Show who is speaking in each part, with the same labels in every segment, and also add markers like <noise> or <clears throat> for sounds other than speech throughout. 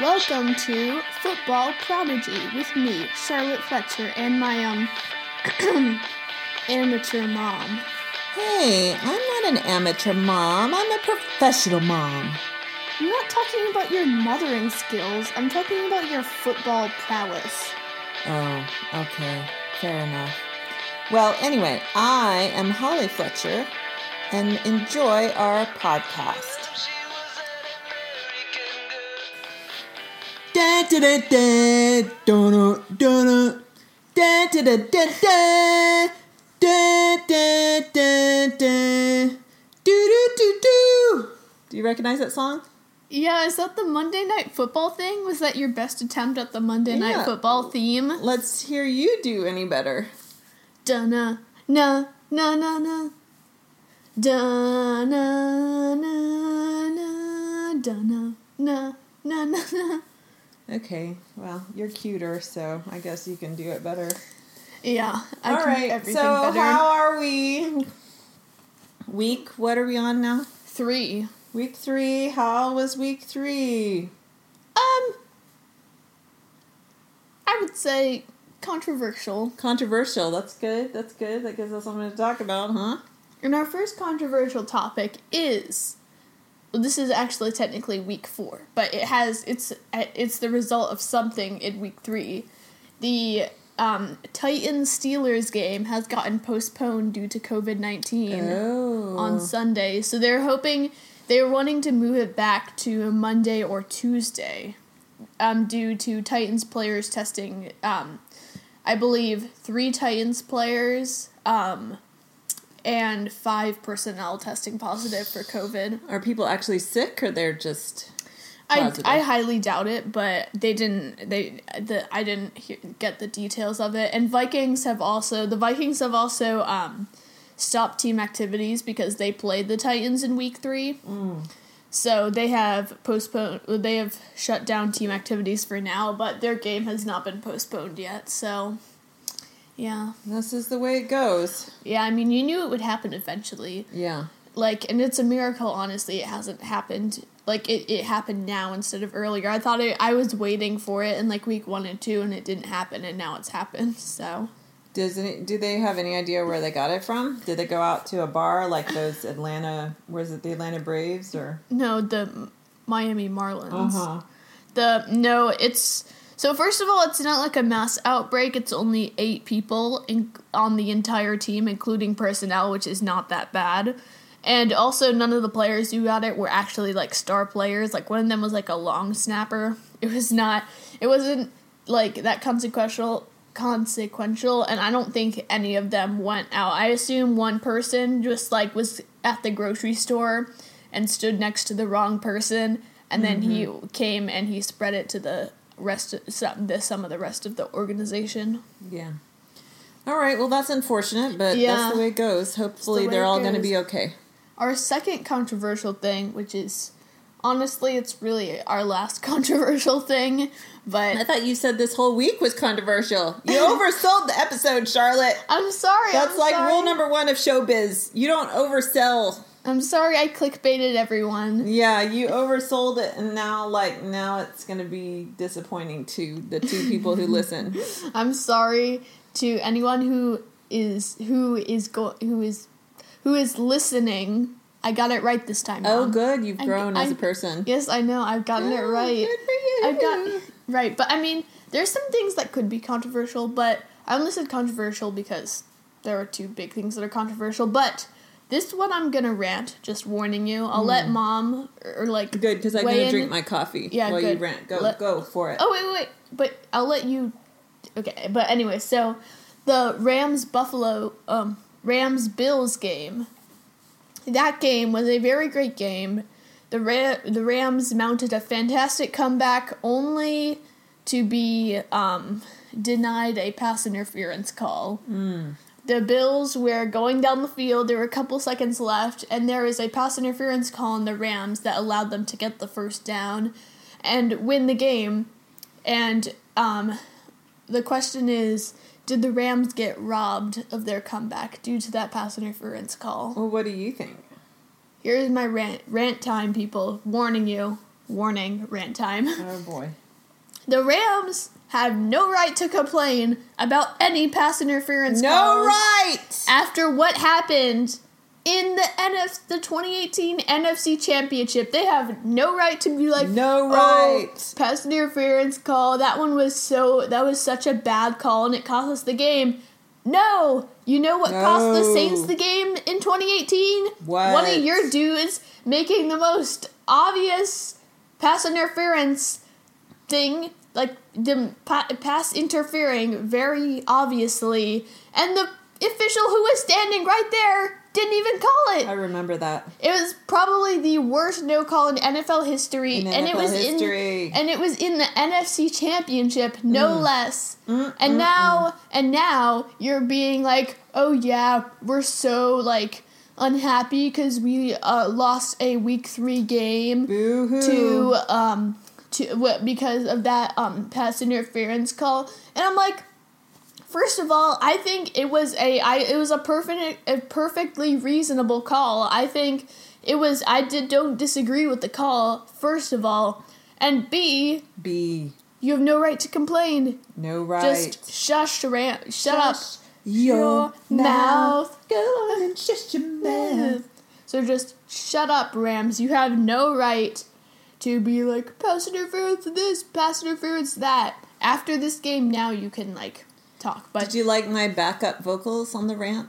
Speaker 1: Welcome to Football Prodigy with me, Charlotte Fletcher, and my um <clears throat> amateur mom.
Speaker 2: Hey, I'm not an amateur mom. I'm a professional mom.
Speaker 1: I'm not talking about your mothering skills. I'm talking about your football prowess.
Speaker 2: Oh, okay. Fair enough. Well, anyway, I am Holly Fletcher and enjoy our podcast. Da da da da da da da da da da da da da da da do do do do. Do you recognize that song?
Speaker 1: Yeah, is that the Monday Night Football thing? Was that your best attempt at the Monday
Speaker 2: Yeah.
Speaker 1: Night Football theme?
Speaker 2: Let's hear you do any better.
Speaker 1: Dunna, na, na, na, na. Dunna, na, na, dunna, na, na, na, na.
Speaker 2: Okay, well, you're cuter, so I guess you can do it better.
Speaker 1: Yeah, I
Speaker 2: All
Speaker 1: can do
Speaker 2: right,
Speaker 1: everything
Speaker 2: so
Speaker 1: better.
Speaker 2: how are we? Week, what are we on now?
Speaker 1: Three.
Speaker 2: Week three, how was week three?
Speaker 1: Um, I would say controversial.
Speaker 2: Controversial, that's good, that's good. That gives us something to talk about, huh?
Speaker 1: And our first controversial topic is well, this is actually technically week four, but it has it's it's the result of something in week three. The um, Titans Steelers game has gotten postponed due to COVID nineteen
Speaker 2: Oh.
Speaker 1: on Sunday, so they're hoping they're wanting to move it back to Monday or Tuesday, um, due to Titans players testing. Um, I believe three Titans players um, and five personnel testing positive for COVID.
Speaker 2: are people actually sick or they're just.
Speaker 1: I,
Speaker 2: Positive.
Speaker 1: I highly doubt it, but they didn't. They the I didn't he- get the details of it. And Vikings have also the Vikings have also um, stopped team activities because they played the Titans in Week Three. So they have postponed. They have shut down team activities for now, but their game has not been postponed yet. So, yeah,
Speaker 2: This is the way it goes.
Speaker 1: yeah. I mean, you knew it would happen eventually
Speaker 2: Yeah.
Speaker 1: like and it's a miracle honestly it hasn't happened like it, it happened now instead of earlier i thought it, i was waiting for it in like week one and two and it didn't happen and now it's happened so
Speaker 2: Does any, do they have any idea where they got it from? Did they go out to a bar like those Atlanta, where's it, the Atlanta Braves or?
Speaker 1: no the miami marlins
Speaker 2: Uh-huh.
Speaker 1: the no it's so first of all it's not like a mass outbreak it's only eight people in, on the entire team including personnel which is not that bad and also none of the players who got it were actually like star players like one of them was like a long snapper <laughs> it was not it wasn't like that consequential consequential and i don't think any of them went out i assume one person just like was at the grocery store and stood next to the wrong person and then
Speaker 2: Mm-hmm.
Speaker 1: he came and he spread it to the rest of some, the, some of the rest of the organization
Speaker 2: Yeah. All right. Well, that's unfortunate, but
Speaker 1: Yeah.
Speaker 2: that's the way it goes. Hopefully,
Speaker 1: way
Speaker 2: they're
Speaker 1: it
Speaker 2: all going to
Speaker 1: goes.
Speaker 2: be okay.
Speaker 1: our second controversial thing which is honestly it's really our last <laughs> controversial thing
Speaker 2: I
Speaker 1: but
Speaker 2: thought you said this whole week was controversial. <laughs> You oversold the episode, Charlotte.
Speaker 1: i'm sorry
Speaker 2: That's
Speaker 1: I'm
Speaker 2: like
Speaker 1: sorry.
Speaker 2: rule number one of showbiz. You don't oversell.
Speaker 1: i'm sorry i clickbaited everyone
Speaker 2: Yeah, you oversold it, and now like now it's going to be disappointing to the two people who <laughs> listen.
Speaker 1: I'm sorry to anyone who is who is go who is who is listening. I got it right this time.
Speaker 2: Oh,
Speaker 1: Mom.
Speaker 2: good, you've
Speaker 1: I-
Speaker 2: grown as
Speaker 1: I-
Speaker 2: a person.
Speaker 1: Yes, I know. I've gotten it
Speaker 2: Oh,
Speaker 1: right.
Speaker 2: Good for you.
Speaker 1: I've got right, but I mean, there's some things that could be controversial, but I only said controversial because there are two big things that are controversial. But this one, I'm gonna rant. Just warning you. I'll let mom or, or, like
Speaker 2: Hmm. good because I'm
Speaker 1: weigh
Speaker 2: going
Speaker 1: in.
Speaker 2: to drink my coffee
Speaker 1: Yeah,
Speaker 2: while you
Speaker 1: good.
Speaker 2: rant. Go,
Speaker 1: Let-
Speaker 2: go for it.
Speaker 1: Oh wait, wait, wait. But I'll let you. Okay, but anyway, so the Rams Buffalo um Rams Bills game. That game was a very great game. The Ra- the Rams mounted a fantastic comeback, only to be um, denied a pass interference call. The Bills were going down the field. There were a couple seconds left, and there was a pass interference call on the Rams that allowed them to get the first down and win the game. And um, the question is, did the Rams get robbed of their comeback due to that pass interference call?
Speaker 2: Well, what do you think?
Speaker 1: Here's my rant rant time, people. Warning you, Warning, rant time. <laughs>
Speaker 2: Oh boy.
Speaker 1: The Rams have no right to complain about any pass interference
Speaker 2: No
Speaker 1: calls
Speaker 2: right.
Speaker 1: after what happened in the NF the 2018 NFC Championship. They have no right to be like
Speaker 2: No
Speaker 1: "Oh,
Speaker 2: right."
Speaker 1: pass interference call. That one was so that was such a bad call and it cost us the game. No, you know what cost the
Speaker 2: No.
Speaker 1: Saints the game in 2018? One
Speaker 2: What?
Speaker 1: of your dudes making the most obvious pass interference thing, like the pa- pass interfering very obviously, and the official who was standing right there didn't even call
Speaker 2: I
Speaker 1: it.
Speaker 2: remember that.
Speaker 1: It was probably the worst no call in NFL history,
Speaker 2: In
Speaker 1: and it
Speaker 2: NFL
Speaker 1: was
Speaker 2: history. Mm.
Speaker 1: in and it was in the NFC Championship, no less. and now, and now you're being like, oh yeah, we're so like unhappy because we uh, lost a Week Three game
Speaker 2: Boo hoo.
Speaker 1: to um to what because of that um pass interference call and i'm like first of all i think it was a i it was a perfect a perfectly reasonable call i think it was i did don't disagree with the call first of all and b
Speaker 2: B.
Speaker 1: you have no right to complain
Speaker 2: No right.
Speaker 1: just shush ram shut
Speaker 2: Shut
Speaker 1: up your mouth.
Speaker 2: Go on and shut your mouth.
Speaker 1: So just shut up, Rams. You have no right to be like pass interference this, pass interference that. After this game, now you can like talk. But
Speaker 2: Did you like my backup vocals on the rant?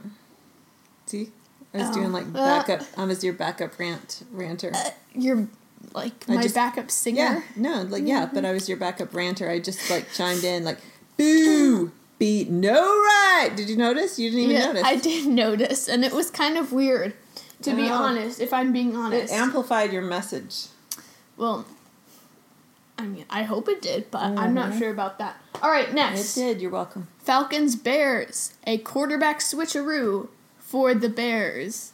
Speaker 2: See? I was
Speaker 1: Oh.
Speaker 2: doing like backup. I was your backup rant ranter.
Speaker 1: uh, you're like
Speaker 2: I
Speaker 1: my
Speaker 2: just-
Speaker 1: backup singer.
Speaker 2: Yeah, no, like yeah,
Speaker 1: Mm-hmm.
Speaker 2: but I was your backup ranter. I just like chimed in like, boo, be no right. Did you notice? You didn't even
Speaker 1: Yeah,
Speaker 2: notice.
Speaker 1: I did notice, and it was kind of weird, to be
Speaker 2: Oh.
Speaker 1: honest. If I'm being
Speaker 2: it
Speaker 1: honest,
Speaker 2: amplified your message.
Speaker 1: well, I mean, I hope it did, but I'm
Speaker 2: Mm-hmm.
Speaker 1: not sure about that. All right,
Speaker 2: It
Speaker 1: next
Speaker 2: did. You're welcome.
Speaker 1: Falcons Bears, a quarterback switcheroo for the Bears.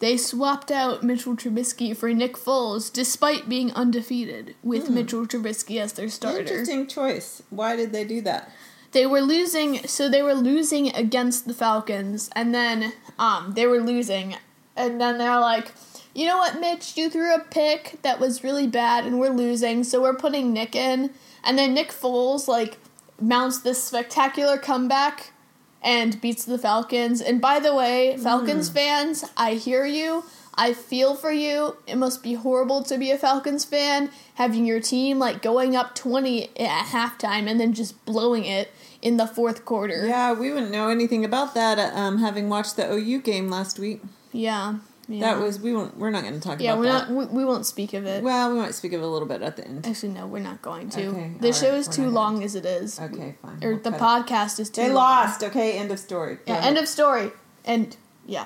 Speaker 1: They swapped out Mitchell Trubisky for Nick Foles despite being undefeated with Mitchell Trubisky as their starter.
Speaker 2: Interesting choice. Why did they do that?
Speaker 1: They were losing so they were losing against the Falcons and then um they were losing and then they're like you know what, Mitch? You threw a pick that was really bad, and we're losing, so we're putting Nick in. And then Nick Foles, like, mounts this spectacular comeback and beats the Falcons. And by the way,
Speaker 2: Hmm.
Speaker 1: Falcons fans, I hear you. I feel for you. It must be horrible to be a Falcons fan, having your team, like, going up 20 at halftime and then just blowing it in the fourth quarter.
Speaker 2: Yeah, we wouldn't know anything about that. uh, Um, having watched the OU game last week,
Speaker 1: Yeah. yeah.
Speaker 2: that was we won't. We're not going to talk
Speaker 1: Yeah,
Speaker 2: about
Speaker 1: we're
Speaker 2: that.
Speaker 1: not, we, we won't speak of it.
Speaker 2: Well, we might speak of it a little bit at the end.
Speaker 1: Actually, no, we're not going to.
Speaker 2: Okay,
Speaker 1: the
Speaker 2: all
Speaker 1: show
Speaker 2: right,
Speaker 1: is
Speaker 2: we're
Speaker 1: too
Speaker 2: not
Speaker 1: long as it is.
Speaker 2: Okay, fine.
Speaker 1: Or
Speaker 2: We'll
Speaker 1: the
Speaker 2: cut it.
Speaker 1: podcast is too
Speaker 2: They
Speaker 1: long.
Speaker 2: lost. Okay, end of story. Go
Speaker 1: Yeah,
Speaker 2: ahead.
Speaker 1: end of story. And yeah.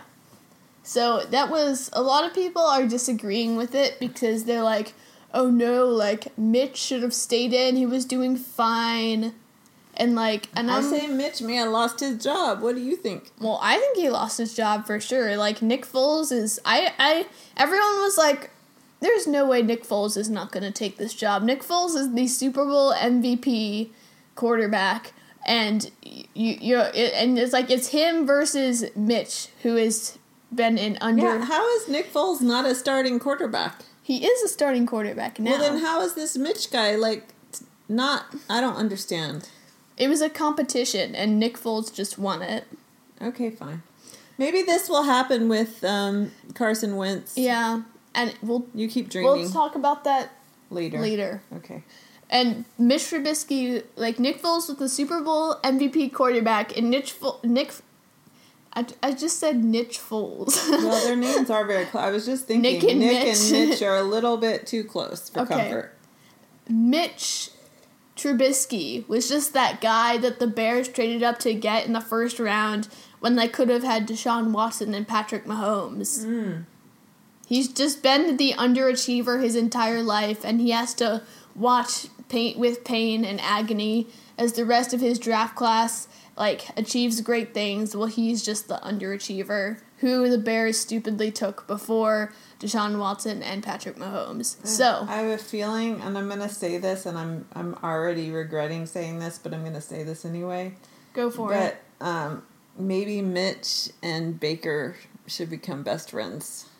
Speaker 1: So that was a lot of people are disagreeing with it because they're like, oh no, like Mitch should have stayed in. He was doing fine. And like, and
Speaker 2: I
Speaker 1: I'm
Speaker 2: say Mitch man lost his job. What do you think?
Speaker 1: Well, I think he lost his job for sure. Like Nick Foles is I I everyone was like there's no way Nick Foles is not going to take this job. Nick Foles is the Super Bowl MVP quarterback and you you it, and it's like it's him versus Mitch who has been in under
Speaker 2: Yeah, how is Nick Foles not a starting quarterback?
Speaker 1: he is a starting quarterback now.
Speaker 2: Well, then how is this Mitch guy like t- not? I don't understand.
Speaker 1: it was a competition and Nick Foles just won it.
Speaker 2: Okay, fine. Maybe this will happen with um, Carson Wentz.
Speaker 1: Yeah. And we'll
Speaker 2: You keep dreaming
Speaker 1: we'll talk about that
Speaker 2: later.
Speaker 1: later.
Speaker 2: Okay.
Speaker 1: And Mitch Trubisky, like Nick Foles with the Super Bowl MVP quarterback, and Nick Fo- Nick, I, I just said Nick Foles. <laughs>
Speaker 2: Well, their names are very close. I was just thinking
Speaker 1: Nick and Mitch.
Speaker 2: Mitch are a little bit too close for
Speaker 1: Okay.
Speaker 2: comfort.
Speaker 1: Mitch Trubisky was just that guy that the Bears traded up to get in the first round when they could have had Deshaun Watson and Patrick Mahomes. He's just been the underachiever his entire life, and he has to watch paint with pain and agony as the rest of his draft class like achieves great things. Well, he's just the underachiever who the Bears stupidly took before Deshaun Watson and Patrick Mahomes. so
Speaker 2: I have a feeling, and I'm going to say this, and I'm I'm already regretting saying this, but I'm going to say this anyway.
Speaker 1: go for it.
Speaker 2: But um, maybe Mitch and Baker should become best friends.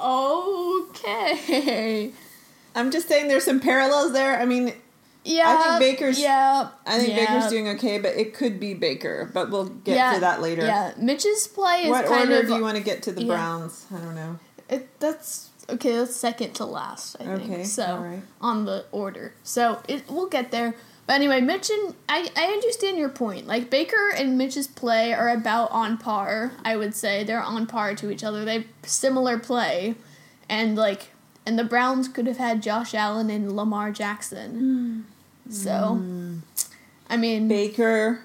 Speaker 1: Oh okay.
Speaker 2: I'm just saying there's some parallels there. I mean,
Speaker 1: <laughs> Yeah.
Speaker 2: Baker's-
Speaker 1: Yeah.
Speaker 2: I think
Speaker 1: yeah,
Speaker 2: Baker's doing okay, but it could be Baker. But we'll get
Speaker 1: yeah,
Speaker 2: to that later.
Speaker 1: Yeah. Mitch's play is
Speaker 2: What
Speaker 1: kind
Speaker 2: order
Speaker 1: of
Speaker 2: do you want to get to the
Speaker 1: yeah.
Speaker 2: Browns? I don't know.
Speaker 1: It, that's okay. That's second to last, I think.
Speaker 2: Okay,
Speaker 1: So
Speaker 2: alright.
Speaker 1: on the order, so it we'll get there. But anyway, Mitch and I, I understand your point. Like Baker and Mitch's play are about on par. I would say they're on par to each other. They have similar play, and like and the Browns could have had Josh Allen and Lamar Jackson.
Speaker 2: Hmm.
Speaker 1: So, I mean,
Speaker 2: Baker,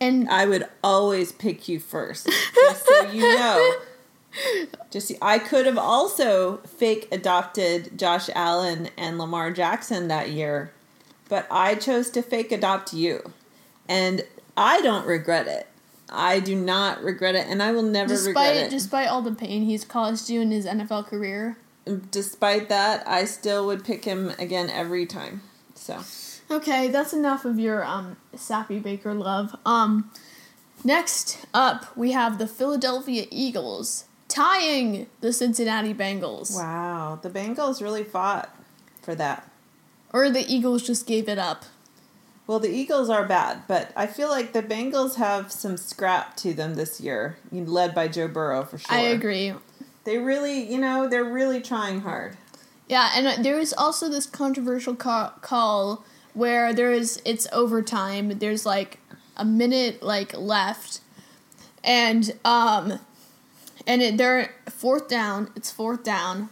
Speaker 1: and
Speaker 2: I would always pick you first, just so <laughs> you know. Just I could have also fake adopted Josh Allen and Lamar Jackson that year, but I chose to fake adopt you, and I don't regret it. I do not regret it, and I will never regret
Speaker 1: despite
Speaker 2: it.
Speaker 1: despite all the pain he's caused you in his NFL career,
Speaker 2: Despite that, I still would pick him again every time. So
Speaker 1: Okay, that's enough of your um sappy Baker love. Um next up we have the Philadelphia Eagles tying the Cincinnati Bengals.
Speaker 2: wow, the Bengals really fought for that.
Speaker 1: Or the Eagles just gave it up.
Speaker 2: Well, the Eagles are bad, but I feel like the Bengals have some scrap to them this year, you know, led by Joe Burrow for sure.
Speaker 1: I agree.
Speaker 2: They really, you know, they're really trying hard.
Speaker 1: Yeah, and uh, there is also this controversial ca- call where there is it's overtime. There's like a minute like left, and um, and it, they're fourth down. It's fourth down,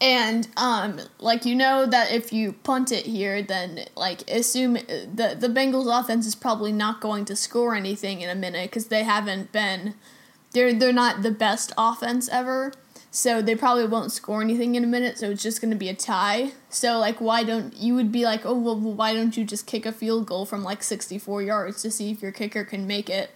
Speaker 1: and um, like you know that if you punt it here, then like assume uh, the the Bengals offense is probably not going to score anything in a minute because they haven't been they're they're not the best offense ever. So they probably won't score anything in a minute, so it's just going to be a tie. So like why don't you would be like, "Oh, well well, why don't you just kick a field goal from like 64 yards to see if your kicker can make it?"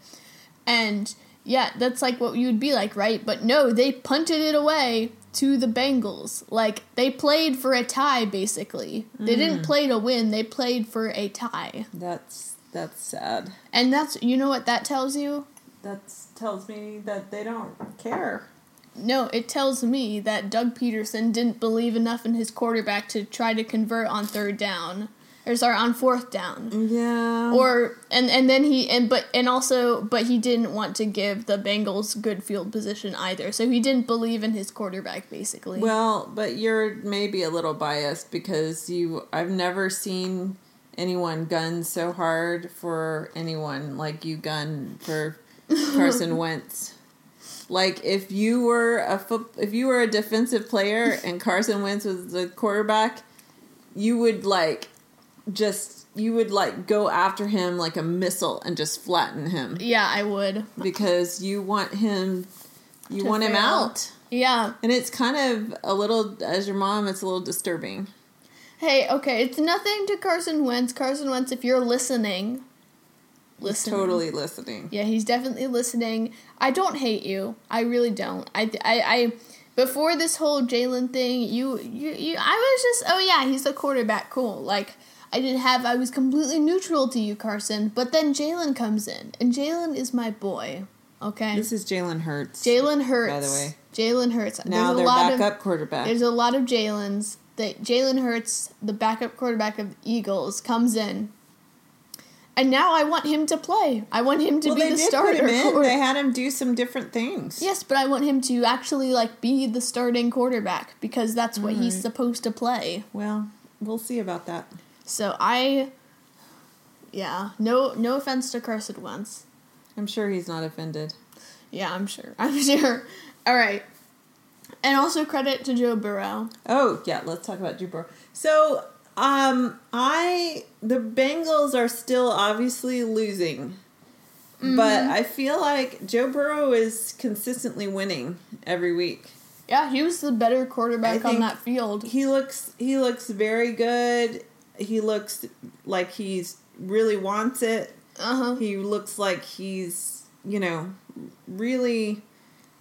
Speaker 1: And yeah, that's like what you would be like, right? But no, they punted it away to the Bengals. Like they played for a tie basically. They didn't play to win, they played for a tie.
Speaker 2: That's that's sad.
Speaker 1: And that's you know what that tells you?
Speaker 2: That tells me that they don't care.
Speaker 1: No, it tells me that Doug Peterson didn't believe enough in his quarterback to try to convert on third down, or sorry, on fourth
Speaker 2: Mm-hmm.
Speaker 1: down.
Speaker 2: Yeah.
Speaker 1: Or and and then he and but and also but he didn't want to give the Bengals good field position either. So he didn't believe in his quarterback basically.
Speaker 2: well, but you're maybe a little biased because you I've never seen anyone gun so hard for anyone like you gun
Speaker 1: <laughs>
Speaker 2: for Carson Wentz. Like if you were a foot, if you were a defensive player and Carson Wentz was the quarterback, you would like just you would like go after him like a missile and just flatten him
Speaker 1: yeah, I would.
Speaker 2: because you want him you
Speaker 1: To
Speaker 2: want him
Speaker 1: fail.
Speaker 2: out.
Speaker 1: Yeah.
Speaker 2: And it's kind of a little, as your mom, it's a little disturbing.
Speaker 1: Hey, okay, it's nothing to Carson Wentz. Carson Wentz, if you're listening, listen.
Speaker 2: Totally listening.
Speaker 1: Yeah, he's definitely listening. I don't hate you. I really don't. I I, I before this whole Jalen thing, you, you you I was just oh yeah, he's the quarterback. Cool. Like I didn't have I was completely neutral to you, Carson. But then Jalen comes in, and Jalen is my boy. Okay,
Speaker 2: This is Jalen Hurts.
Speaker 1: Jalen Hurts.
Speaker 2: by the way.
Speaker 1: Jalen Hurts.
Speaker 2: now
Speaker 1: There's a
Speaker 2: their
Speaker 1: lot of
Speaker 2: backup quarterback.
Speaker 1: there's a lot of Jalen's that Jalen Hurts, the backup quarterback of the Eagles, comes in. And now I want him to play. I want him to
Speaker 2: well,
Speaker 1: be
Speaker 2: they
Speaker 1: the
Speaker 2: did
Speaker 1: starter.
Speaker 2: put him in. <laughs>
Speaker 1: for-
Speaker 2: They had him do some different things.
Speaker 1: Yes, but I want him to actually like be the starting quarterback because that's what
Speaker 2: Mm-hmm.
Speaker 1: he's supposed to play.
Speaker 2: Well, we'll see about that.
Speaker 1: So I yeah, no no offense to Carson Wentz.
Speaker 2: I'm sure he's not offended.
Speaker 1: Yeah, I'm sure. <laughs> I'm sure. All right. And also credit to Joe Burrow.
Speaker 2: Oh yeah, let's talk about Drew Burrow. So, um, I the Bengals are still obviously losing, but I feel like Joe Burrow is consistently winning every week.
Speaker 1: Yeah, he was the better quarterback
Speaker 2: think-
Speaker 1: on that field.
Speaker 2: He looks he looks very good. He looks like he's really wants it.
Speaker 1: Uh-huh.
Speaker 2: He looks like he's you know really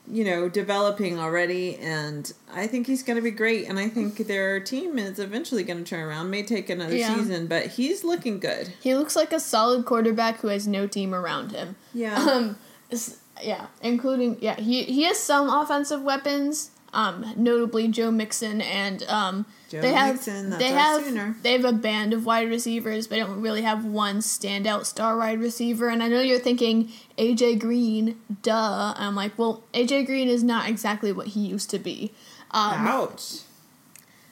Speaker 2: you know developing already and i think he's going to be great and i think their team is eventually going to turn around may take another
Speaker 1: Yeah.
Speaker 2: season but he's looking good
Speaker 1: He looks like a solid quarterback who has no team around him.
Speaker 2: yeah
Speaker 1: Um, s- yeah, including yeah, he he has some offensive weapons, um, notably Joe Mixon and um,
Speaker 2: Joe
Speaker 1: they have
Speaker 2: Mixon, that's
Speaker 1: they
Speaker 2: our
Speaker 1: have
Speaker 2: Sooner.
Speaker 1: they have a band of wide receivers. They don't really have one standout star wide receiver. And I know you're thinking AJ Green, duh. And I'm like, well, AJ Green is not exactly what he used to be. Um,
Speaker 2: Ouch.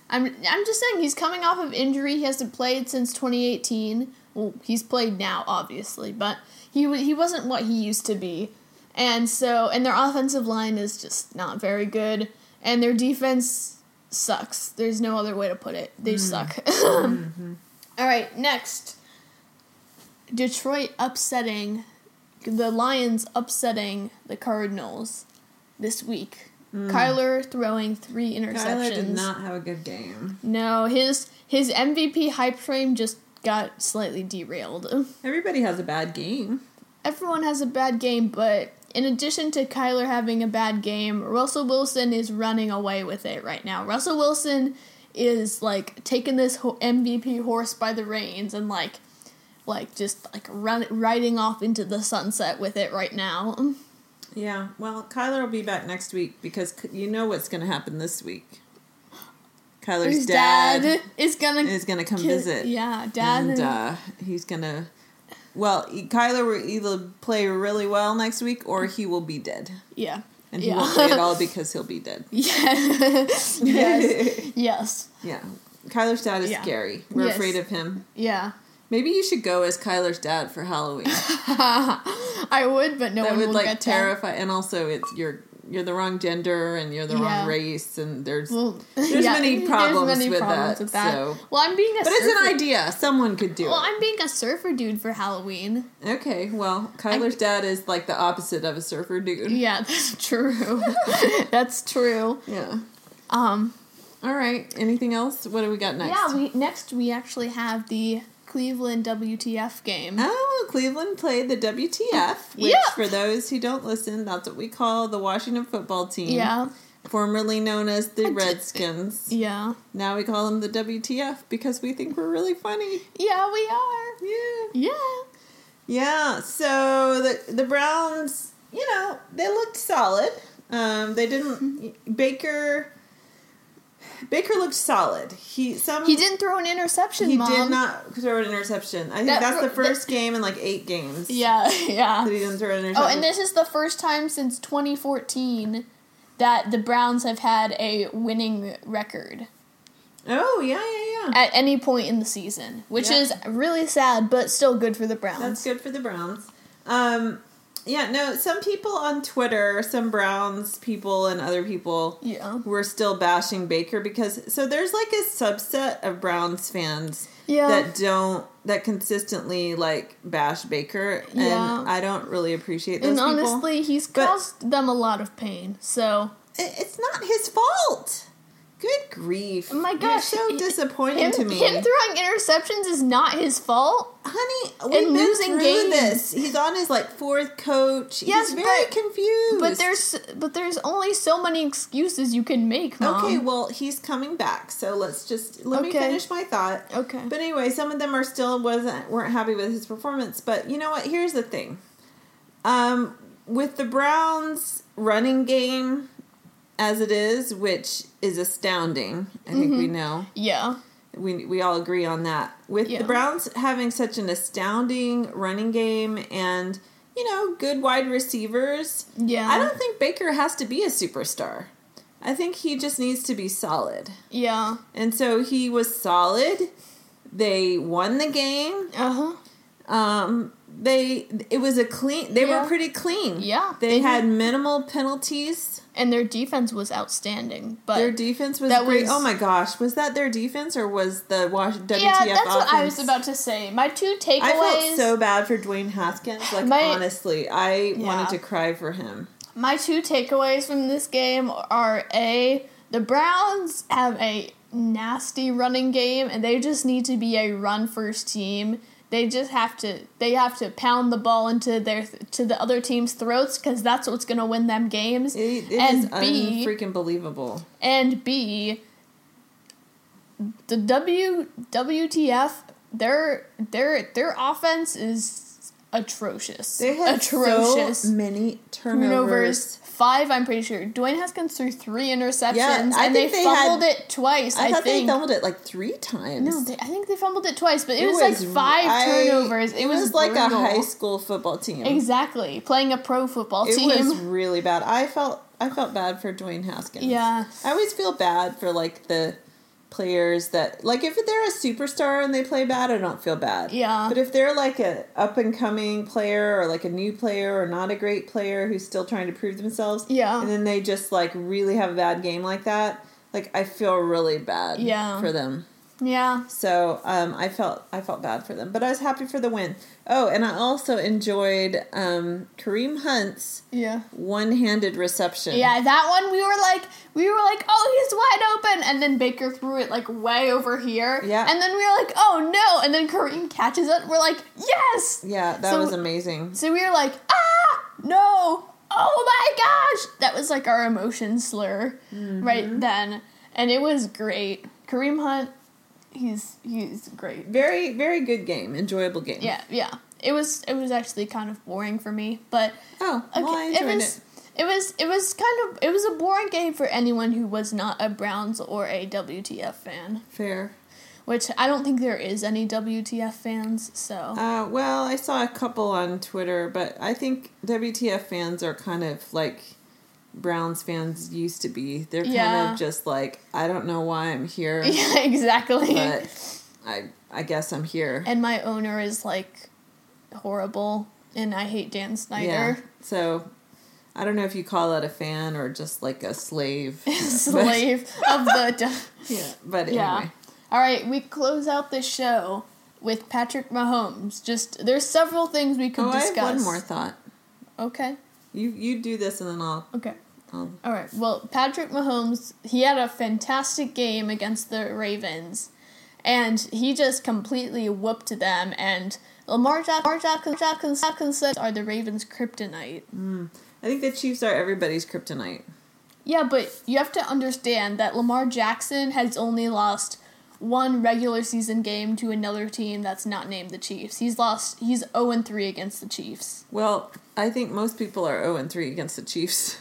Speaker 1: I'm I'm just saying he's coming off of injury. He hasn't played since 2018. Well, he's played now, obviously, but he wa- he wasn't what he used to be, and so and their offensive line is just not very good, and their defense sucks. There's no other way to put it.
Speaker 2: Mm.
Speaker 1: They suck. <laughs>
Speaker 2: Mm-hmm.
Speaker 1: All right, next. Detroit upsetting the Lions upsetting the Cardinals this week. Kyler throwing three interceptions.
Speaker 2: Mm. Kyler did not have a good game.
Speaker 1: No, his his MVP hype frame just got slightly derailed.
Speaker 2: Everybody has a bad game.
Speaker 1: Everyone has a bad game, but in addition to Kyler having a bad game, Russell Wilson is running away with it right now. Russell Wilson is like taking this ho- MVP horse by the reins and like like just like run riding off into the sunset with it right now.
Speaker 2: Yeah, well, Kyler will be back next week because c- you know what's going to happen this week. Kyler's
Speaker 1: His
Speaker 2: dad,
Speaker 1: dad, is gonna
Speaker 2: is going to come
Speaker 1: kill-
Speaker 2: visit.
Speaker 1: Yeah, dad
Speaker 2: And uh, he's going to. Well, e- Kyler will either play really well next week or he will be dead.
Speaker 1: yeah.
Speaker 2: And he
Speaker 1: yeah.
Speaker 2: won't play
Speaker 1: <laughs>
Speaker 2: at all because he'll be dead.
Speaker 1: yes.
Speaker 2: <laughs>
Speaker 1: yes. Yes.
Speaker 2: Yeah. Kyler's dad is
Speaker 1: Yeah.
Speaker 2: scary. We're
Speaker 1: Yes.
Speaker 2: afraid of him.
Speaker 1: Yeah.
Speaker 2: Maybe you should go as Kyler's dad
Speaker 1: <laughs>
Speaker 2: for Halloween.
Speaker 1: I would, but no
Speaker 2: that
Speaker 1: one
Speaker 2: would
Speaker 1: will
Speaker 2: like
Speaker 1: get
Speaker 2: terrify and also it's you're you're the wrong gender and you're the
Speaker 1: Yeah.
Speaker 2: wrong race and there's
Speaker 1: That. Well, <laughs>
Speaker 2: There's many problems with that, so-
Speaker 1: Well, I'm being a
Speaker 2: But
Speaker 1: surfer.
Speaker 2: it's an idea. Someone could do
Speaker 1: Well, I'm being a surfer dude for Halloween.
Speaker 2: it. Okay, well, Kyler's dad is like the opposite of a surfer dude.
Speaker 1: Yeah, <laughs> that's true. <laughs> that's true.
Speaker 2: Yeah.
Speaker 1: Um,
Speaker 2: All right. Anything else? What do we got next?
Speaker 1: yeah. We next we actually have the Cleveland WTF game.
Speaker 2: Oh, Cleveland played the WTF, which,
Speaker 1: Yeah.
Speaker 2: for those who don't listen, that's what we call the Washington football team.
Speaker 1: Yeah,
Speaker 2: Formerly known as the
Speaker 1: did-
Speaker 2: Redskins.
Speaker 1: yeah,
Speaker 2: Now we call them the WTF because we think we're really funny.
Speaker 1: yeah. We are.
Speaker 2: Yeah.
Speaker 1: Yeah,
Speaker 2: Yeah, so the the Browns, you know, they looked solid. Um, they
Speaker 1: Mm-hmm.
Speaker 2: didn't Baker Baker looked solid. He some
Speaker 1: he didn't throw an interception.
Speaker 2: he
Speaker 1: Mom.
Speaker 2: did not throw an interception. I think
Speaker 1: That-
Speaker 2: that's the
Speaker 1: that-
Speaker 2: first game in like 8 games.
Speaker 1: Yeah, <laughs>
Speaker 2: That
Speaker 1: yeah.
Speaker 2: he didn't throw an interception.
Speaker 1: Oh, and this is the first time since 2014 that the Browns have had a winning record.
Speaker 2: Oh, yeah, yeah, yeah.
Speaker 1: at any point in the season, which
Speaker 2: Yeah.
Speaker 1: is really sad, but still good for the Browns.
Speaker 2: That's good for the Browns. Um yeah, no, some people on Twitter, some Browns people and other people
Speaker 1: Yeah.
Speaker 2: we're still bashing Baker because so there's like a subset of Browns fans
Speaker 1: Yeah.
Speaker 2: that don't that consistently like bash Baker and
Speaker 1: Yeah.
Speaker 2: I don't really appreciate
Speaker 1: and
Speaker 2: those people.
Speaker 1: honestly, he's
Speaker 2: But-
Speaker 1: caused them a lot of pain. So
Speaker 2: I- it's not his fault. Good grief.
Speaker 1: Oh my gosh.
Speaker 2: You're so
Speaker 1: He-
Speaker 2: disappointing
Speaker 1: him,
Speaker 2: to me.
Speaker 1: him throwing interceptions is not his fault.
Speaker 2: Honey, we've
Speaker 1: and
Speaker 2: been
Speaker 1: losing
Speaker 2: through
Speaker 1: games.
Speaker 2: this. He's on his like fourth coach.
Speaker 1: Yes,
Speaker 2: He's very
Speaker 1: but-
Speaker 2: confused.
Speaker 1: But there's but there's only so many excuses you can make, mom.
Speaker 2: Okay, well, he's coming back, so let's just let me
Speaker 1: Um, Okay.
Speaker 2: finish my thought.
Speaker 1: Okay.
Speaker 2: But anyway, some of them are still wasn't weren't happy with his performance. But you know what? Here's the thing. Um, with the Browns running game as it is, which is astounding. I think
Speaker 1: Mm-hmm.
Speaker 2: we know.
Speaker 1: yeah.
Speaker 2: We we all agree on that. With
Speaker 1: Yeah.
Speaker 2: the Browns having such an astounding running game and you know, good wide receivers.
Speaker 1: Yeah.
Speaker 2: I don't think Baker has to be a superstar. I think he just needs to be solid.
Speaker 1: Yeah.
Speaker 2: And so he was solid. They won the game.
Speaker 1: Uh-huh.
Speaker 2: Um, they it was a clean. They
Speaker 1: Yeah.
Speaker 2: were pretty clean.
Speaker 1: Yeah,
Speaker 2: they,
Speaker 1: they
Speaker 2: had minimal penalties.
Speaker 1: And their defense was outstanding, but
Speaker 2: Their defense was
Speaker 1: That
Speaker 2: great.
Speaker 1: was-
Speaker 2: oh my gosh, was that their defense or was the Wash WTF
Speaker 1: yeah, that's what I
Speaker 2: offense?
Speaker 1: was about to say. My two takeaways.
Speaker 2: I felt so bad for Dwayne Haskins. Like
Speaker 1: My-
Speaker 2: honestly, I
Speaker 1: Yeah.
Speaker 2: wanted to cry for him.
Speaker 1: My two takeaways from this game are A, the Browns have a nasty running game and they just need to be a run first team. They just have to they have to pound the ball into their to the other team's throats cuz that's what's going to win them games.
Speaker 2: It, it is
Speaker 1: and B
Speaker 2: unfreaking believable.
Speaker 1: and B the W WTF their their their offense is atrocious.
Speaker 2: They had
Speaker 1: atrocious
Speaker 2: so many turnovers.
Speaker 1: turnovers. Five, I'm pretty sure. Dwayne Haskins threw three interceptions,
Speaker 2: Yeah, I
Speaker 1: and they,
Speaker 2: think they had-
Speaker 1: fumbled it twice.
Speaker 2: I
Speaker 1: I,
Speaker 2: thought they
Speaker 1: think.
Speaker 2: fumbled it like three times.
Speaker 1: no, they, I think they fumbled it twice, but it,
Speaker 2: It
Speaker 1: was, like
Speaker 2: was
Speaker 1: five
Speaker 2: right-
Speaker 1: turnovers. It,
Speaker 2: it
Speaker 1: was,
Speaker 2: was like
Speaker 1: brutal.
Speaker 2: a high school football team.
Speaker 1: Exactly, playing a pro football
Speaker 2: It
Speaker 1: team.
Speaker 2: was really bad. I felt I felt bad for Dwayne Haskins.
Speaker 1: Yeah.
Speaker 2: I always feel bad for like the players that like if they're a superstar and they play bad, I don't feel bad.
Speaker 1: Yeah.
Speaker 2: But if they're like a up and coming player or like a new player or not a great player who's still trying to prove themselves,
Speaker 1: Yeah.
Speaker 2: and then they just like really have a bad game like that, like I feel really bad
Speaker 1: Yeah.
Speaker 2: for them.
Speaker 1: yeah,
Speaker 2: So um, I felt I felt bad for them, but I was happy for the win. Oh, and I also enjoyed um, Kareem Hunt's
Speaker 1: yeah.
Speaker 2: one-handed reception.
Speaker 1: Yeah, that one we were like, we were like, oh, he's wide open, and then Baker threw it like way over here.
Speaker 2: Yeah.
Speaker 1: and then we were like, oh no, and then Kareem catches it. We're like, yes.
Speaker 2: Yeah, that
Speaker 1: So-
Speaker 2: was amazing.
Speaker 1: So we were like, ah, no, oh my gosh. That was like our emotion slur right then, and it was great. Kareem Hunt, he's he's great.
Speaker 2: Very very good game, enjoyable game.
Speaker 1: Yeah, yeah. It was it was actually kind of boring for me, but
Speaker 2: Oh, well, I
Speaker 1: it
Speaker 2: enjoyed it.
Speaker 1: was it was it was kind of it was a boring game for anyone who was not a Browns or a WTF fan,
Speaker 2: Fair.
Speaker 1: which I don't think there is any WTF fans. So
Speaker 2: Uh, well, I saw a couple on Twitter, but I think WTF fans are kind of like Browns fans used to be. They're kind
Speaker 1: Yeah.
Speaker 2: of just like, I don't know why I'm
Speaker 1: <laughs>
Speaker 2: here, <laughs>
Speaker 1: yeah, exactly.
Speaker 2: but I I guess I'm here.
Speaker 1: and my owner is like horrible, and I hate Dan Snyder. <laughs>
Speaker 2: Yeah. So I don't know if you call that a fan or just like a <laughs> slave.
Speaker 1: Slave of
Speaker 2: <laughs>
Speaker 1: the.
Speaker 2: But, yeah. But
Speaker 1: Yeah.
Speaker 2: anyway.
Speaker 1: All right, we close out the show with Patrick Mahomes. Just there's several things we could
Speaker 2: Oh,
Speaker 1: discuss.
Speaker 2: I have one more thought.
Speaker 1: Okay.
Speaker 2: You you do this and then I'll.
Speaker 1: Okay.
Speaker 2: I'll
Speaker 1: All right. Well, Patrick Mahomes, he had a fantastic game against the Ravens, and he just completely whooped them. And Lamar Jack- Lamar Jack- Jackson, Jackson are the Ravens' kryptonite.
Speaker 2: I think the Chiefs are everybody's kryptonite.
Speaker 1: Yeah, but you have to understand that Lamar Jackson has only lost one regular season game to another team that's not named the Chiefs. He's lost. He's zero and three against the Chiefs.
Speaker 2: Well, I think most people are zero and three against the Chiefs.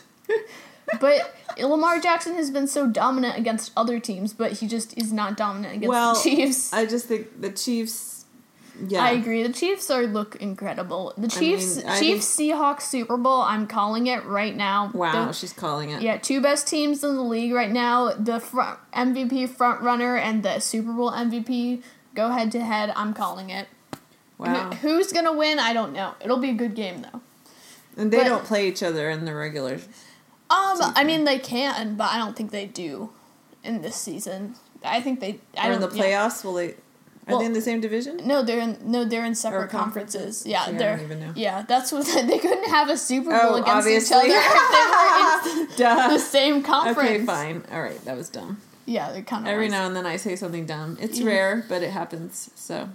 Speaker 1: But Lamar Jackson has been so dominant against other teams, but he just is not dominant against
Speaker 2: <laughs> well,
Speaker 1: the Chiefs.
Speaker 2: I just think the Chiefs. Yeah.
Speaker 1: I agree. The Chiefs are look incredible. The Chiefs,
Speaker 2: I
Speaker 1: Chiefs Seahawks Super Bowl. I'm calling it right now.
Speaker 2: Wow,
Speaker 1: The-
Speaker 2: she's calling it.
Speaker 1: yeah, two best teams in the league right now. The front MVP front runner and the Super Bowl MVP go head to head. I'm calling it. <laughs>
Speaker 2: Wow.
Speaker 1: Who's gonna win? I don't know. It'll be a good game though.
Speaker 2: And they
Speaker 1: But-
Speaker 2: don't play each other in the regular.
Speaker 1: Um, I mean they can, but I don't think they do in this season. I think they. I
Speaker 2: Or
Speaker 1: don't
Speaker 2: in the
Speaker 1: yeah.
Speaker 2: playoffs, will they? Are
Speaker 1: Well-
Speaker 2: they in the same division?
Speaker 1: No, they're in no, they're in separate conferences.
Speaker 2: conferences?
Speaker 1: Yeah,
Speaker 2: See, I don't
Speaker 1: they're
Speaker 2: even know.
Speaker 1: yeah. That's what <laughs> they couldn't have a Super Bowl
Speaker 2: Oh,
Speaker 1: against
Speaker 2: obviously.
Speaker 1: each other if they were in the
Speaker 2: <laughs> Duh.
Speaker 1: same conference.
Speaker 2: Okay, fine. All right, that was dumb.
Speaker 1: Yeah, they're kind of
Speaker 2: Every now and then I say something dumb. It's
Speaker 1: Mm-hmm.
Speaker 2: rare, but it happens. So,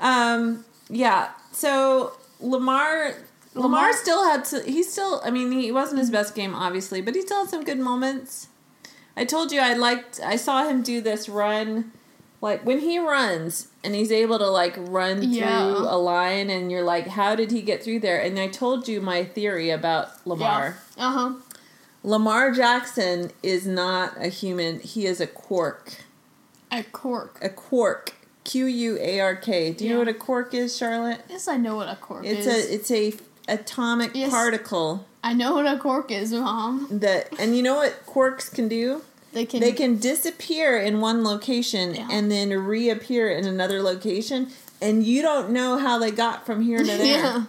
Speaker 2: um, yeah. So Lamar, Lamar,
Speaker 1: Lamar-
Speaker 2: still had. To, he still. I mean, he wasn't his best game, obviously, but he still had some good moments. I told you I liked. I saw him do this run, like when he runs and he's able to like run
Speaker 1: Yeah.
Speaker 2: through a line, and you're like, how did he get through there? And I told you my theory about Lamar.
Speaker 1: Yeah. Uh huh.
Speaker 2: Lamar Jackson is not a human. He is a quark.
Speaker 1: A cork.
Speaker 2: A quark. Q U A R K. Do you
Speaker 1: Yeah.
Speaker 2: know what a quark is, Charlotte?
Speaker 1: Yes, I know what a cork is.
Speaker 2: It's a it's a atomic
Speaker 1: Yes.
Speaker 2: particle
Speaker 1: I know what a cork is, Mom.
Speaker 2: that and you know what quarks can do?
Speaker 1: They can.
Speaker 2: They can disappear in one location
Speaker 1: Yeah.
Speaker 2: and then reappear in another location and you don't know how they got
Speaker 1: <laughs>
Speaker 2: from here to there.
Speaker 1: Yeah.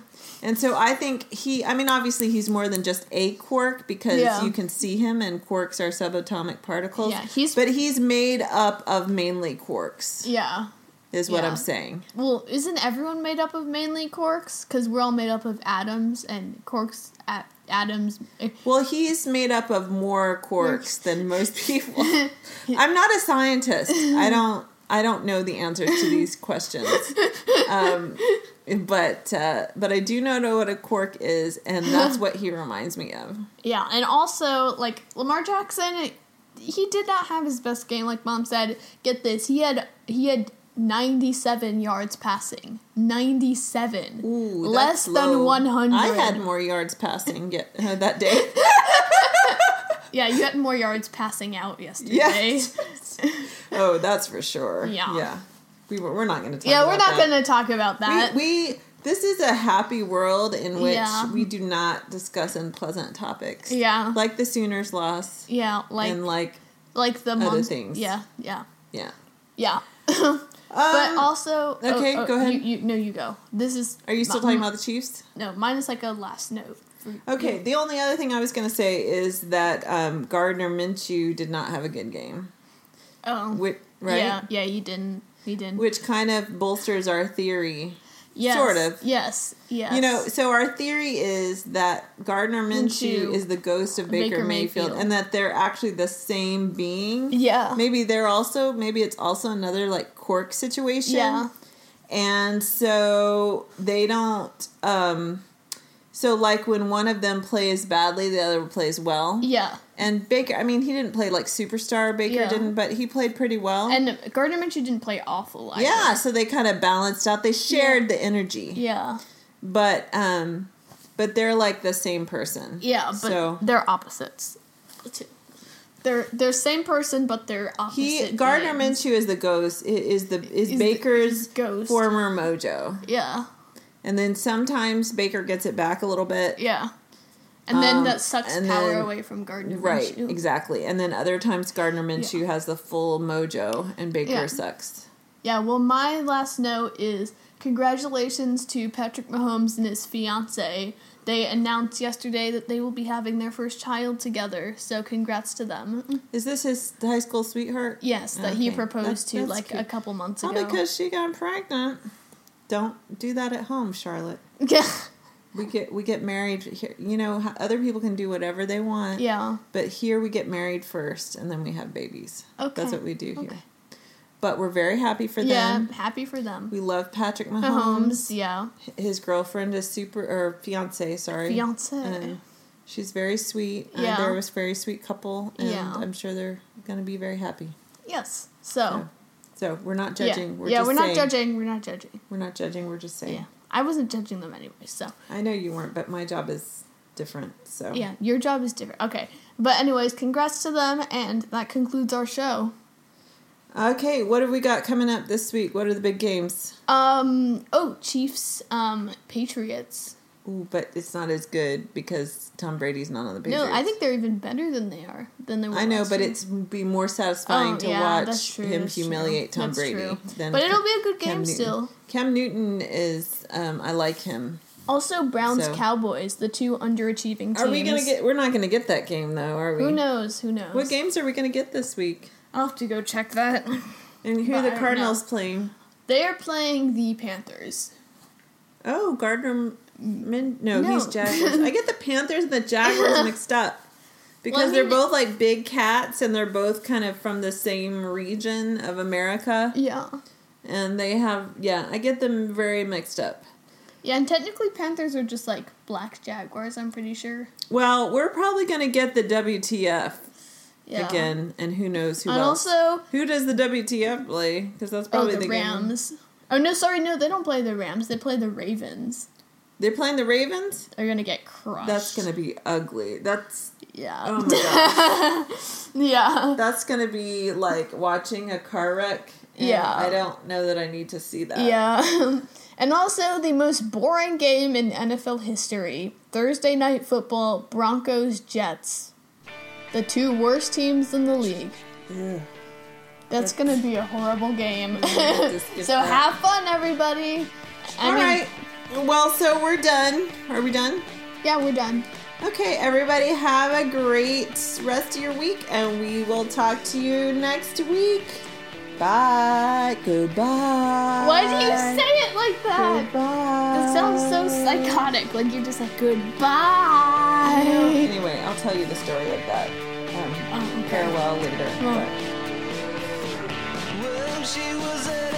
Speaker 2: And so I think he I mean obviously he's more than just a quark because
Speaker 1: Yeah.
Speaker 2: you can see him and quarks are subatomic particles.
Speaker 1: Yeah, he's-
Speaker 2: but he's made up of mainly quarks
Speaker 1: Yeah.
Speaker 2: is what
Speaker 1: Yeah.
Speaker 2: I'm saying.
Speaker 1: Well, isn't everyone made up of mainly corks? Because we're all made up of atoms and corks. At atoms. eh,
Speaker 2: Well, he's made up of more quarks than most
Speaker 1: <laughs>
Speaker 2: people. I'm not a scientist. I don't. I don't know the answer to these questions. Um, but uh, but I do know, know what a quark is, and that's what he reminds me of.
Speaker 1: Yeah, and also like Lamar Jackson, he did not have his best game. Like mom said, get this, he had he had 97 yards passing. 97.
Speaker 2: Ooh,
Speaker 1: Less
Speaker 2: that's low.
Speaker 1: than 100.
Speaker 2: I had more yards passing get, uh, that day.
Speaker 1: Yeah, you had more yards passing out yesterday.
Speaker 2: Yes. oh, that's for sure.
Speaker 1: Yeah.
Speaker 2: Yeah. We were, we're not going to
Speaker 1: <laughs>
Speaker 2: talk
Speaker 1: Yeah,
Speaker 2: about
Speaker 1: we're not
Speaker 2: that.
Speaker 1: going to talk about that.
Speaker 2: We, we this is a happy world in which
Speaker 1: Uh, Yeah.
Speaker 2: we do not discuss unpleasant topics.
Speaker 1: Yeah.
Speaker 2: Like the Sooners loss
Speaker 1: yeah, like
Speaker 2: and like
Speaker 1: like the month.
Speaker 2: things.
Speaker 1: Yeah, yeah,
Speaker 2: yeah.
Speaker 1: yeah. <laughs> but
Speaker 2: Um,
Speaker 1: also, oh,
Speaker 2: okay,
Speaker 1: oh,
Speaker 2: go ahead.
Speaker 1: You, you, no, you go. This is.
Speaker 2: are you still
Speaker 1: my-
Speaker 2: talking about the Chiefs?
Speaker 1: No, mine is like a last note.
Speaker 2: Okay. The only other thing I was going to say is that um, Gardner Minshew did not have a good game.
Speaker 1: Oh,
Speaker 2: Which, right?
Speaker 1: yeah, yeah. You didn't. You didn't.
Speaker 2: Which kind of bolsters our theory.
Speaker 1: yes,
Speaker 2: sort of.
Speaker 1: Yes. Yes.
Speaker 2: You know, so our theory is that Gardner Minshew,
Speaker 1: Minshew.
Speaker 2: is the ghost of Baker,
Speaker 1: Baker
Speaker 2: Mayfield,
Speaker 1: Mayfield.
Speaker 2: and that they're actually the same being.
Speaker 1: Yeah.
Speaker 2: Maybe they're also maybe it's also another like quirk situation.
Speaker 1: Yeah.
Speaker 2: And so they don't um so like when one of them plays badly, the other plays well.
Speaker 1: Yeah.
Speaker 2: And Baker, I mean, he didn't play like superstar Baker
Speaker 1: Yeah.
Speaker 2: didn't, but he played pretty well.
Speaker 1: And Gardner Minshew didn't play awful. Either.
Speaker 2: yeah, so they kind of balanced out. They shared the energy.
Speaker 1: Yeah.
Speaker 2: but um but they're like the same person
Speaker 1: Yeah, but
Speaker 2: so
Speaker 1: they're opposites. They're they're same person, but they're opposite.
Speaker 2: he Gardner
Speaker 1: names.
Speaker 2: Minshew is the ghost i- is the is
Speaker 1: He's the-
Speaker 2: Baker's
Speaker 1: he's ghost.
Speaker 2: former mojo
Speaker 1: Yeah,
Speaker 2: and then sometimes Baker gets it back a little bit
Speaker 1: yeah. And then
Speaker 2: Um,
Speaker 1: that sucks
Speaker 2: and
Speaker 1: power
Speaker 2: then-
Speaker 1: away from Gardner
Speaker 2: right
Speaker 1: Minshew.
Speaker 2: exactly and then other times Gardner Minshew has the full mojo and Baker
Speaker 1: Yeah.
Speaker 2: sucks
Speaker 1: Yeah. Well, my last note is congratulations to Patrick Mahomes and his fiance. They announced yesterday that they will be having their first child together. So congrats to them. <laughs>
Speaker 2: is this his high school sweetheart
Speaker 1: Yes, that he
Speaker 2: Okay,
Speaker 1: proposed
Speaker 2: that's-
Speaker 1: to
Speaker 2: that's
Speaker 1: like
Speaker 2: cute.
Speaker 1: a couple months
Speaker 2: probably
Speaker 1: ago.
Speaker 2: because she got pregnant don't do that at home Charlotte
Speaker 1: <laughs>
Speaker 2: we get we get married here you know h- other people can do whatever they want
Speaker 1: yeah.
Speaker 2: But here we get married first and then we have babies.
Speaker 1: Okay.
Speaker 2: That's what we do here.
Speaker 1: Okay.
Speaker 2: But we're very happy for
Speaker 1: Yeah.
Speaker 2: them.
Speaker 1: Happy for them.
Speaker 2: We love Patrick
Speaker 1: Mahomes.
Speaker 2: Mahomes.
Speaker 1: Yeah.
Speaker 2: His girlfriend is super, or fiance, sorry.
Speaker 1: Fiance.
Speaker 2: Um, she's very sweet. Uh,
Speaker 1: Yeah.
Speaker 2: they're a very sweet couple. And
Speaker 1: Yeah.
Speaker 2: I'm sure they're going to be very happy.
Speaker 1: Yes. So.
Speaker 2: So we're not
Speaker 1: Yeah.
Speaker 2: judging. We're
Speaker 1: yeah,
Speaker 2: just
Speaker 1: we're not
Speaker 2: saying.
Speaker 1: judging. We're not judging.
Speaker 2: We're not judging. We're just saying.
Speaker 1: Yeah. I wasn't judging them anyway, so
Speaker 2: I know you weren't, but my job is different. So
Speaker 1: yeah, your job is different. Okay. But anyways, congrats to them and that concludes our show.
Speaker 2: Okay, what have we got coming up this week? What are the big games?
Speaker 1: Um oh, Chiefs um Patriots.
Speaker 2: Ooh, but it's not as good because Tom Brady's not on the Patriots.
Speaker 1: No, I think they're even better than they are than they were.
Speaker 2: I know,
Speaker 1: last
Speaker 2: but
Speaker 1: year.
Speaker 2: it's be more satisfying
Speaker 1: Oh,
Speaker 2: to
Speaker 1: yeah, that's
Speaker 2: watch
Speaker 1: true,
Speaker 2: him
Speaker 1: that's true.
Speaker 2: humiliate Tom
Speaker 1: That's
Speaker 2: Brady
Speaker 1: true.
Speaker 2: than
Speaker 1: But
Speaker 2: <laughs>
Speaker 1: it'll be a good
Speaker 2: Cam
Speaker 1: game
Speaker 2: Newton.
Speaker 1: still.
Speaker 2: Cam Newton is um, I like him.
Speaker 1: Also Browns
Speaker 2: So-
Speaker 1: Cowboys, the two underachieving teams.
Speaker 2: Are we gonna get? We're not gonna get that game though, are we?
Speaker 1: Who knows? Who knows?
Speaker 2: What games are we gonna get this week?
Speaker 1: I'll have to go check
Speaker 2: <laughs>
Speaker 1: that.
Speaker 2: And who
Speaker 1: But
Speaker 2: are
Speaker 1: I
Speaker 2: the
Speaker 1: don't
Speaker 2: Cardinals playing?
Speaker 1: they are playing the Panthers.
Speaker 2: Oh, Gardner. Min- no,
Speaker 1: No.
Speaker 2: he's Jaguars. I get the Panthers and
Speaker 1: <laughs>
Speaker 2: the Jaguars mixed up because
Speaker 1: Well, I
Speaker 2: they're
Speaker 1: mean-
Speaker 2: both like big cats and they're both kind of from the same region of America.
Speaker 1: Yeah.
Speaker 2: And they have, yeah, I get them very mixed up.
Speaker 1: Yeah, and technically panthers are just like black jaguars. I'm pretty sure.
Speaker 2: Well, we're probably going to get the WTF
Speaker 1: Yeah.
Speaker 2: again, and who knows who
Speaker 1: And
Speaker 2: else.
Speaker 1: also,
Speaker 2: who does the WTF play? Because that's
Speaker 1: oh,
Speaker 2: probably
Speaker 1: the,
Speaker 2: the, game.
Speaker 1: Rams. Oh no, sorry, no, they don't play the Rams. They play the Ravens.
Speaker 2: They're playing the Ravens?
Speaker 1: They're gonna get crushed.
Speaker 2: That's going to be ugly. That's,
Speaker 1: yeah, <laughs>
Speaker 2: oh my gosh.
Speaker 1: yeah,
Speaker 2: That's going to be like watching a car wreck. and
Speaker 1: Yeah.
Speaker 2: I don't know that I need to see that.
Speaker 1: yeah. <laughs> and also the most boring game in NFL history: Thursday Night Football, Broncos Jets. The two worst teams in the league.
Speaker 2: Ugh.
Speaker 1: That's gonna be a horrible game. <laughs>
Speaker 2: just skip
Speaker 1: so
Speaker 2: that.
Speaker 1: have fun, everybody. I
Speaker 2: All
Speaker 1: mean,
Speaker 2: right. Well, so we're done. Are we done?
Speaker 1: yeah, we're done.
Speaker 2: Okay, everybody, have a great rest of your week, and we will talk to you next week. Bye. Goodbye.
Speaker 1: Why do you say it like that?
Speaker 2: Goodbye.
Speaker 1: That sounds so psychotic. Like you're just like goodbye.
Speaker 2: Anyway, I'll tell you the story of that um,
Speaker 1: Oh, okay.
Speaker 2: farewell later.
Speaker 1: Well.
Speaker 2: but-
Speaker 3: Well, she was a